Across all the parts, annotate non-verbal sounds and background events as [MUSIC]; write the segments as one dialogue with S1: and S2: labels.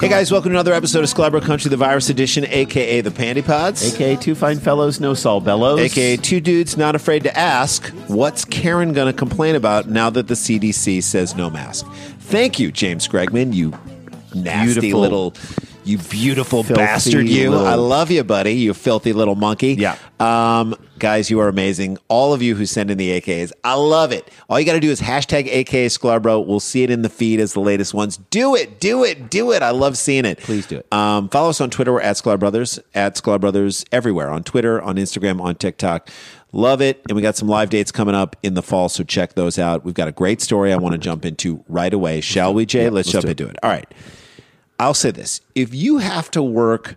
S1: Hey guys, welcome to another episode of Scalabro Country, the virus edition, aka the Panty Pods,
S2: aka two fine fellows, no Saul Bellows,
S1: aka two dudes not afraid to ask, what's Karen going to complain about now that the CDC says no mask? Thank you, James Gregman, you nasty
S2: Beautiful.
S1: little, you beautiful
S2: Filthy
S1: bastard, you.
S2: little-
S1: I love you, buddy, you filthy little monkey.
S2: Yeah.
S1: Um, guys, you are amazing. All of you who send in the AKs, I love it. All you got to do is hashtag AKA Scalabro. We'll see it in the feed as the latest ones. Do it, do it, do it. I love seeing it.
S2: Please do it.
S1: Um, follow us on Twitter. We're at Sklar Brothers, at Sklar Brothers everywhere on Twitter, on Instagram, on TikTok. Love it. And we got some live dates coming up in the fall, so check those out. We've got a great story I want to jump into right away. Shall we, Jay? let's, jump into it. All right. I'll say this if you have to work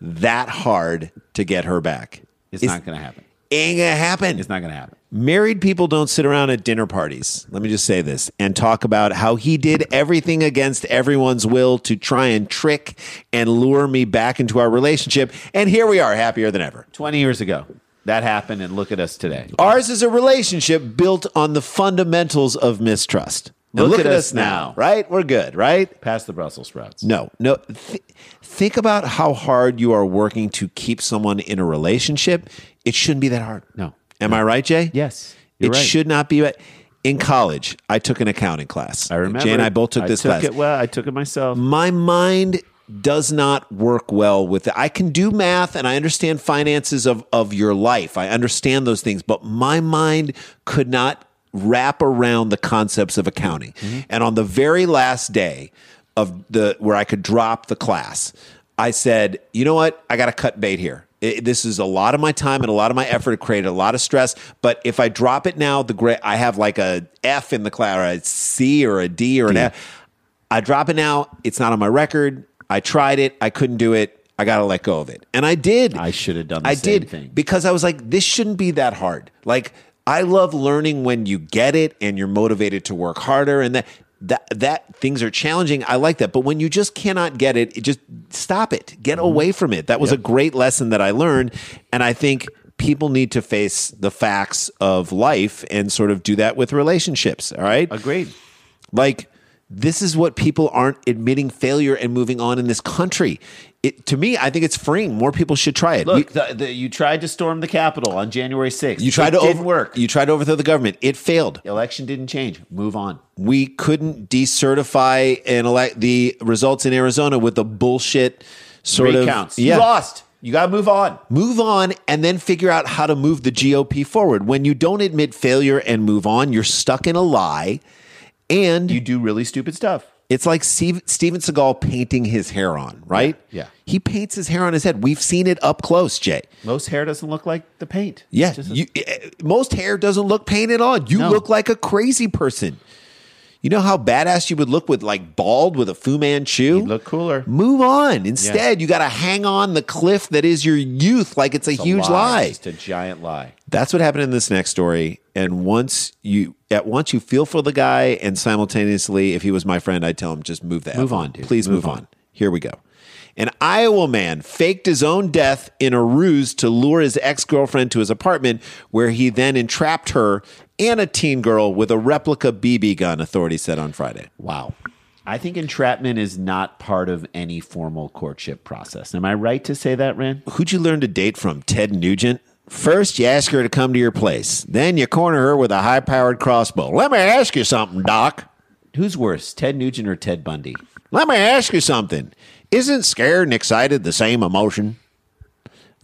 S1: that hard to get her back,
S2: It's, not going to happen.
S1: ain't gonna happen.
S2: It's not going to happen.
S1: Married people don't sit around at dinner parties. Let me just say this and talk about how he did everything against everyone's will to try and trick and lure me back into our relationship. And here we are, happier than ever.
S2: Twenty years ago, that happened, and look at us today.
S1: Ours is a relationship built on the fundamentals of mistrust. And
S2: Look at us now.
S1: right? We're good, right?
S2: Past the Brussels sprouts.
S1: No, no. Th- think about how hard you are working to keep someone in a relationship. It shouldn't be that hard.
S2: No.
S1: Am I right, Jay?
S2: Yes, you're
S1: it
S2: right.
S1: should not be. right. In college, I took an accounting class.
S2: I remember.
S1: Jay and I both took this class.
S2: It, well, I took it myself.
S1: My mind does not work well with it. I can do math and I understand finances of, of your life. I understand those things, but my mind could not wrap around the concepts of accounting. And on the very last day of the where I could drop the class, I said, you know what? I got to cut bait here. It, this is a lot of my time and a lot of my effort. It created a lot of stress. But if I drop it now, the grade I have like a F in the class, or a C, or a D, or an F. I drop it now. It's not on my record. I tried it. I couldn't do it. I got to let go of it. And I did.
S2: I should have done the
S1: I
S2: same
S1: did
S2: thing.
S1: because I was like, this shouldn't be that hard. Like, I love learning when you get it and you're motivated to work harder and that. That, that things are challenging. I like that. But when you just cannot get it, it just stop it. Get
S2: Mm-hmm.
S1: away from it. That was a great lesson that I learned. And I think people need to face the facts of life and sort of do that with relationships. All right.
S2: Agreed.
S1: Like this is what people aren't admitting failure and moving on in this country. It to me, I think it's freeing. More people should try it.
S2: Look, the, the, you tried to storm the Capitol on January sixth.
S1: you tried
S2: it
S1: to
S2: didn't
S1: over,
S2: work.
S1: You tried to overthrow the government. It failed.
S2: Election didn't change. Move on.
S1: We couldn't decertify and elect the results in Arizona with the bullshit sort of
S2: Recounts.
S1: Yeah.
S2: You lost. You got to move on.
S1: Move on and then figure out how to move the GOP forward. When you don't admit failure and move on, you're stuck in a lie. And
S2: You do really stupid stuff.
S1: It's like Steve, Steven Seagal painting his hair on, right?
S2: Yeah, yeah.
S1: He paints his hair on his head. We've seen it up close, Jay.
S2: Most hair doesn't look like the paint.
S1: Yeah.
S2: Just a-
S1: you, eh, most hair doesn't look painted on. You
S2: No.
S1: look like a crazy person. You know how badass you would look with like bald with a Fu Manchu?
S2: You'd look cooler.
S1: Move on. Instead, you got to hang on the cliff that is your youth like it's a
S2: It's a
S1: huge lie.
S2: It's just a giant lie.
S1: That's what happened in this next story. And once you at once you feel for the guy, and simultaneously, if he was my friend, I'd tell him just move the
S2: Move
S1: F
S2: on, dude.
S1: Please move,
S2: Move
S1: on. Here we go. An Iowa man faked his own death in a ruse to lure his ex girlfriend to his apartment, where he then entrapped her and a teen girl with a replica BB gun. Authorities said on Friday.
S2: Wow. I think entrapment is not part of any formal courtship process. Am I right to say that, Ren?
S1: Who'd you learn to date from? Ted Nugent? First, you ask her to come to your place. Then you corner her with a high powered crossbow. Let me ask you something, Doc.
S2: Who's worse, Ted Nugent or Ted Bundy?
S1: Let me ask you something. Isn't scared and excited the same emotion?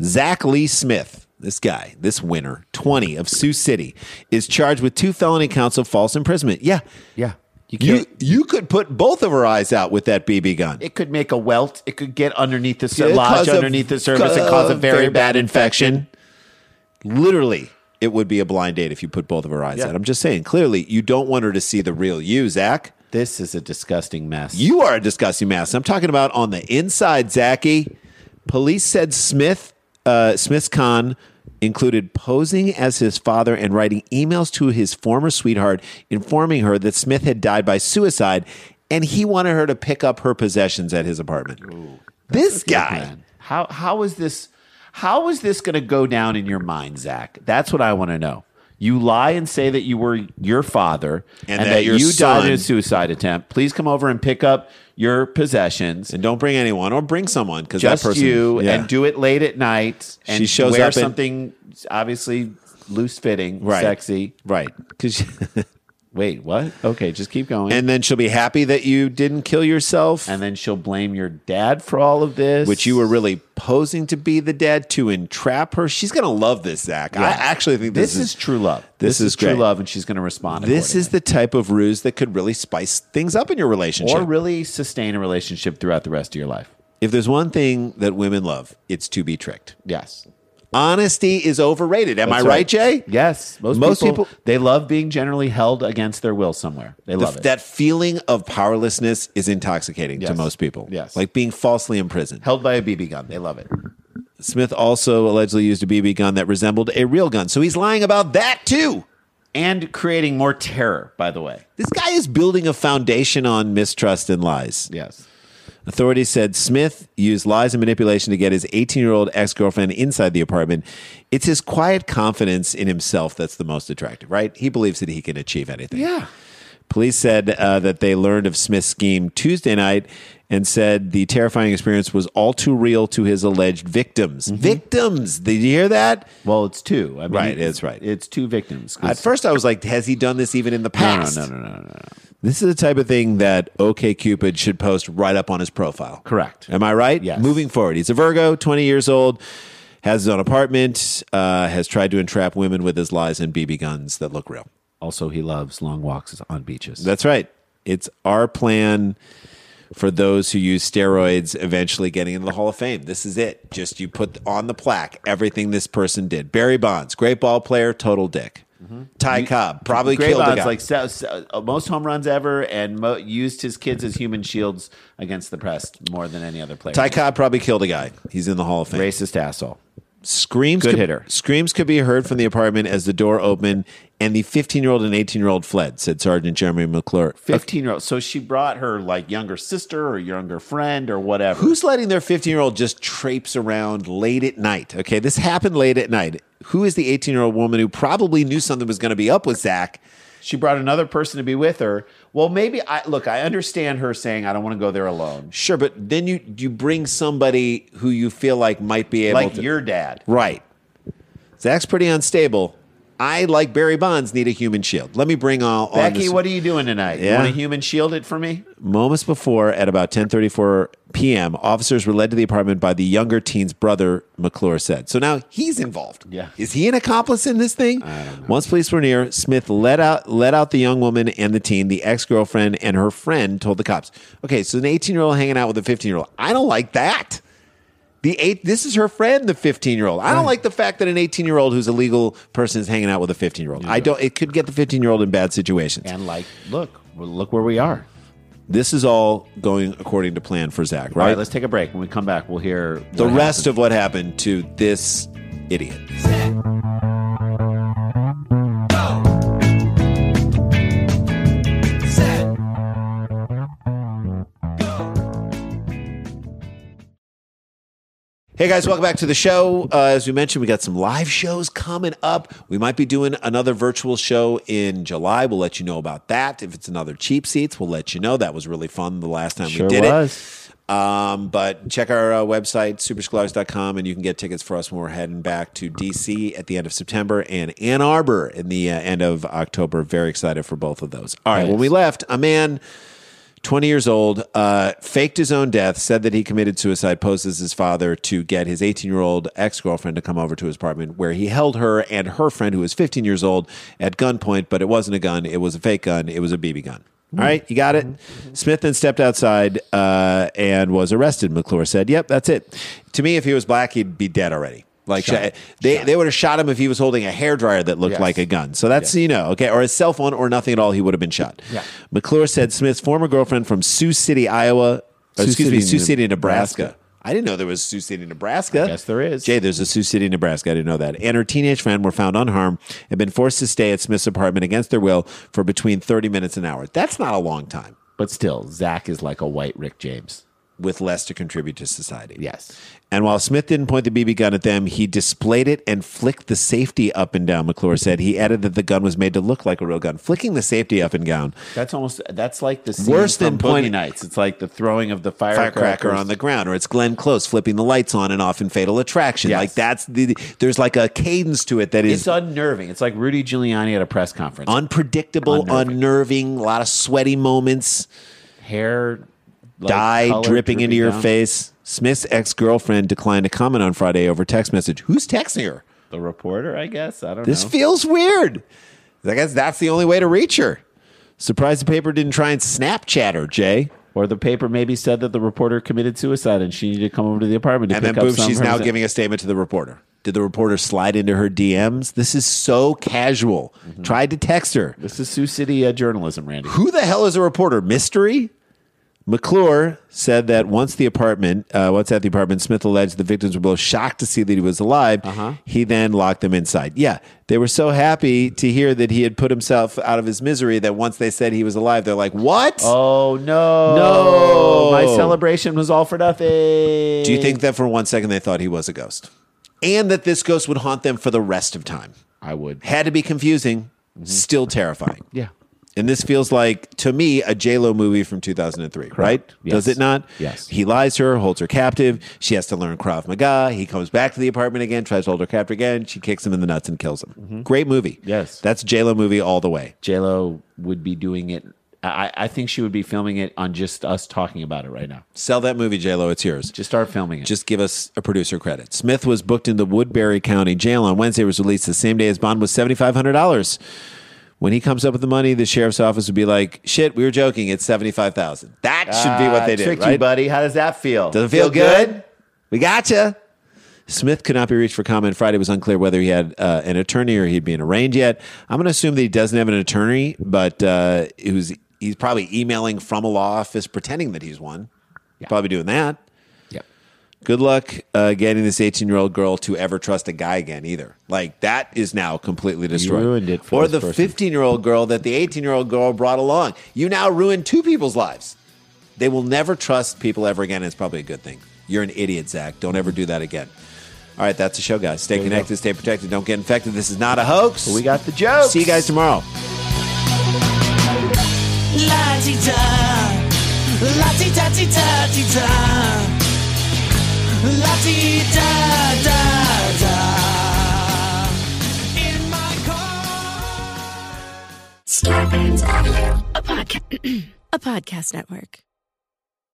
S1: Zach Lee Smith, this guy, this winner, 20 of Sioux City, is charged with two felony counts of false imprisonment. Yeah.
S2: Yeah. You
S1: You, you,
S2: can't-
S1: could put both of her eyes out with that BB gun.
S2: It could make a welt. It could get underneath the sur-
S1: It
S2: lodge
S1: cause a-
S2: underneath the surface and cause a very bad infection.
S1: Literally, it would be a blind date if you put both of her eyes
S2: Yeah.
S1: out. I'm just saying, clearly, you don't want her to see the real you, Zach.
S2: This is a disgusting mess.
S1: You are a disgusting mess. I'm talking about on the inside, Zachy. Police said Smith, uh, Smith's con included posing as his father and writing emails to his former sweetheart, informing her that Smith had died by suicide, and he wanted her to pick up her possessions at his apartment. this guy.
S2: Man, How how is this how is this going to go down in your mind, Zach? That's what I want to know. You lie and say that you were your father
S1: And that your
S2: you died in
S1: son-
S2: a suicide attempt. Please come over and pick up your possessions.
S1: And don't bring anyone or bring someone because that
S2: just
S1: person
S2: you
S1: Yeah.
S2: and do it late at night and
S1: She shows
S2: wear
S1: up in-
S2: something obviously loose fitting,
S1: Right.
S2: sexy. [LAUGHS]
S1: right 'Cause-
S2: Wait, what? Okay, just keep going.
S1: and then she'll be happy that you didn't kill yourself
S2: and then she'll blame your dad for all of this.
S1: which you were really posing to be the dad to entrap her. She's gonna love this, Zach. I actually think this,
S2: This, is, true love.
S1: this is
S2: true
S1: great.
S2: love, and she's going to respond.
S1: this
S2: accordingly.
S1: is the type of ruse that could really spice things up in your relationship.
S2: or really sustain a relationship throughout the rest of your life.
S1: if there's one thing that women love, it's to be tricked.
S2: Yes.
S1: Honesty is overrated. Am I
S2: That's
S1: right, Jay?
S2: Yes. Most,
S1: Most
S2: people,
S1: people-
S2: they love being generally held against their will somewhere. They
S1: The-
S2: love it.
S1: That feeling of powerlessness is intoxicating to
S2: Yes.
S1: most people.
S2: Yes.
S1: Like being falsely imprisoned.
S2: held by a BB gun. They love it.
S1: Smith also allegedly used a BB gun that resembled a real gun. So he's lying about that too.
S2: And creating more terror, by the way.
S1: This guy is building a foundation on mistrust and lies.
S2: Yes.
S1: Authorities said Smith used lies and manipulation to get his 18 year old ex girlfriend inside the apartment. It's his quiet confidence in himself that's the most attractive, right? He believes that he can achieve anything.
S2: Yeah.
S1: Police said uh, that they learned of Smith's scheme Tuesday night and said the terrifying experience was all too real to his alleged victims.
S2: Mm-hmm.
S1: Victims! Did you hear that?
S2: Well, it's two. I mean,
S1: Right, it's right.
S2: It's two victims. 'cause-
S1: At first, I was like, has he done this even in the
S2: no, no,
S1: past?
S2: no, no, no, no, no.
S1: This is the type of thing that OKCupid should post right up on his profile.
S2: Correct.
S1: Am I right?
S2: Yes.
S1: Moving forward, he's a Virgo, 20 years old, has his own apartment, uh, has tried to entrap women with his lies and BB guns that look real.
S2: Also, he loves long walks on beaches.
S1: That's right. It's our plan for those who use steroids eventually getting into the Hall of Fame. This is it. Just you put on the plaque everything this person did. Barry Bonds, great ball player, total dick. Ty Cobb probably
S2: Mm-hmm. Great
S1: killed the
S2: odds,
S1: guy.
S2: like so, so, uh, most home runs ever, and mo- used his kids as human shields against the press more than any other player.
S1: Ty Cobb probably killed a guy. He's in the Hall of Fame.
S2: Racist asshole.
S1: Screams
S2: Good
S1: could,
S2: hitter.
S1: Screams could be heard from the apartment as the door opened, and the 15 year old and 18 year old fled, said Sergeant Jeremy McClure.
S2: 15 year old. So she brought her like younger sister or younger friend or whatever.
S1: Who's letting their 15 year old just traipse around late at night? Okay, this happened late at night. Who is the 18 year old woman who probably knew something was going to be up with Zach?
S2: She brought another person to be with her. Well, maybe I look, I understand her saying, I don't want to go there alone.
S1: Sure, but then you, you bring somebody who you feel like might be able
S2: Like
S1: to.
S2: your dad.
S1: right. Zach's pretty unstable. I, like Barry Bonds, need a human shield. Let me bring all. on
S2: Becky,
S1: this-
S2: what are you doing tonight? You
S1: Yeah.
S2: want to human shield it for me?
S1: Moments before, at about 10:34 p.m., officers were led to the apartment by the younger teen's brother, McClure said. So now he's involved.
S2: Yeah.
S1: is he an accomplice in this thing? Once police were near, Smith let out let out the young woman and the teen. The ex girlfriend and her friend told the cops. Okay, so an 18 year old hanging out with a 15 year old. I don't like that. The eight. This is her friend, the 15 year old. I don't like the fact that an 18 year old who's a legal person is hanging out with a 15 year old. I don't. It could get the 15 year old in bad situations.
S2: And like, look, well, look where we are.
S1: This is all going according to plan for Zach,
S2: All
S1: right?
S2: right, let's take a break. When we come back, we'll hear
S1: the
S2: what
S1: rest of what happened to this idiot. Hey guys, welcome back to the show. Uh, as we mentioned, we got some live shows coming up. We might be doing another virtual show in July. We'll let you know about that. If it's another cheap seats, we'll let you know. That was really fun the last time
S2: Sure
S1: we did
S2: was.
S1: it. Um, but check our uh, website, superscholars.com, and you can get tickets for us when we're heading back to DC at the end of September and Ann Arbor in the uh, end of October. Very excited for both of those. All right, when we left, a man 20 years old, uh, faked his own death, said that he committed suicide, posed as his father to get his 18 year old ex girlfriend to come over to his apartment, where he held her and her friend, who was 15 years old, at gunpoint. But it wasn't a gun, it was a fake gun, it was a BB gun. All right, you got it. Smith then stepped outside uh, and was arrested. McClure said, Yep, that's it. To me, if he was black, he'd be dead already. Like sh- they they would have shot him if he was holding a hairdryer that looked
S2: Yes.
S1: like a gun. So that's you know okay, or a cell phone or nothing at all. He would have been shot.
S2: Yeah.
S1: McClure said Smith's former girlfriend from Sioux City, Iowa. or
S2: Sioux
S1: excuse me,
S2: City,
S1: Sioux
S2: Neb-
S1: City, Nebraska.
S2: Nebraska.
S1: I didn't know there was Sioux City, Nebraska.
S2: Yes, there is.
S1: Jay, there's a Sioux City, Nebraska. I didn't know that. And her teenage friend were found unharmed and been forced to stay at Smith's apartment against their will for between 30 minutes and an hour. That's not a long time
S2: But still, Zach is like a white Rick James.
S1: with less to contribute to society.
S2: Yes.
S1: And while Smith didn't point the BB gun at them, he displayed it and flicked the safety up and down, McClure said. He added that the gun was made to look like a real gun. Flicking the safety up and down.
S2: That's almost that's like the scene
S1: Worse
S2: worse
S1: than
S2: than
S1: point-
S2: Boogie Nights. It's like the throwing of the
S1: Firecracker
S2: firecracker
S1: on the ground, or it's Glenn Close flipping the lights on and off in Fatal Attraction.
S2: Yes.
S1: Like that's the there's like a cadence to it that is
S2: It's unnerving. It's like Rudy Giuliani at a press conference.
S1: unpredictable, unnerving.
S2: Unnerving.
S1: a lot of sweaty moments,
S2: Hair like,
S1: dye
S2: color
S1: dripping into
S2: dripping
S1: your
S2: down.
S1: face. Smith's ex girlfriend declined to comment on Friday over text message. Who's texting her?
S2: The reporter, I guess. I don't
S1: This
S2: know.
S1: feels weird. I guess that's the only way to reach her. Surprised the paper didn't try and Snapchat her, Jay.
S2: or the paper maybe said that the reporter committed suicide and she needed to come over to the apartment to
S1: And
S2: pick
S1: then boom,
S2: up some.
S1: she's
S2: of her
S1: now
S2: sa-
S1: giving a statement to the reporter. Did the reporter slide into her DMs? This is so casual.
S2: Mm-hmm.
S1: Tried to text her.
S2: This is Sioux City uh, journalism, Randy.
S1: Who the hell is a reporter? Mystery? McClure said that once the apartment, uh, once at the apartment, Smith alleged the victims were both shocked to see that he was alive.
S2: Uh-huh.
S1: He then locked them inside. Yeah, they were so happy to hear that he had put himself out of his misery that once they said he was alive, they're like, "What?
S2: Oh no!
S1: No.
S2: my celebration was all for nothing.
S1: Do you think that for one second they thought he was a ghost, and that this ghost would haunt them for the rest of time?
S2: I would?
S1: Had to be confusing, still terrifying.
S2: Mm-hmm. Yeah.
S1: And this feels like, to me, a J-Lo movie from 2003, right?
S2: Yes.
S1: Does it not?
S2: Yes.
S1: He lies to her, holds her captive. She has to learn Krav Maga. He comes back to the apartment again, tries to hold her captive again. She kicks him in the nuts and kills him. Great movie.
S2: Mm-hmm. Yes.
S1: That's J-Lo movie all the way.
S2: J Lo would be doing it. I, I think she would be filming it on just us talking about it right now.
S1: Sell that movie, J-Lo. It's yours.
S2: Just start filming it.
S1: Just give us a producer credit. Smith was booked in the Woodbury County jail on Wednesday, was released the same day his bond was $7,500. When he comes up with the money, the sheriff's office would be like, shit, we were joking. It's 75000 That should be what they did,
S2: Ah, Tricky,
S1: right?
S2: buddy. How does that feel?
S1: Does it feel, good? We gotcha. Smith could not be reached for comment. Friday was unclear whether he had uh, an attorney or he'd been arraigned yet. I'm going to assume that he doesn't have an attorney, but uh, it was, he's probably emailing from a law office pretending that he's one. Probably doing that.
S2: Yep.
S1: Good luck uh, getting this 18 year old girl to ever trust a guy again, either. Like, that is now completely destroyed.
S2: ruined it for
S1: or
S2: this
S1: the
S2: person.
S1: 15 year old girl that the 18 year old girl brought along. You now ruined two people's lives. They will never trust people ever again. and It's probably a good thing. You're an idiot, Zach. Don't ever do that again. All right, that's the show, guys. Stay connected, stay protected, don't get infected. This is not a hoax.
S2: We got the joke.
S1: See you guys tomorrow.
S3: La-ti-da, la-ti-da-ti-da-ti-da, la-ti-da-da-da. In my car.
S4: [CLEARS THROAT] Star Audio, a, podca- a podcast network.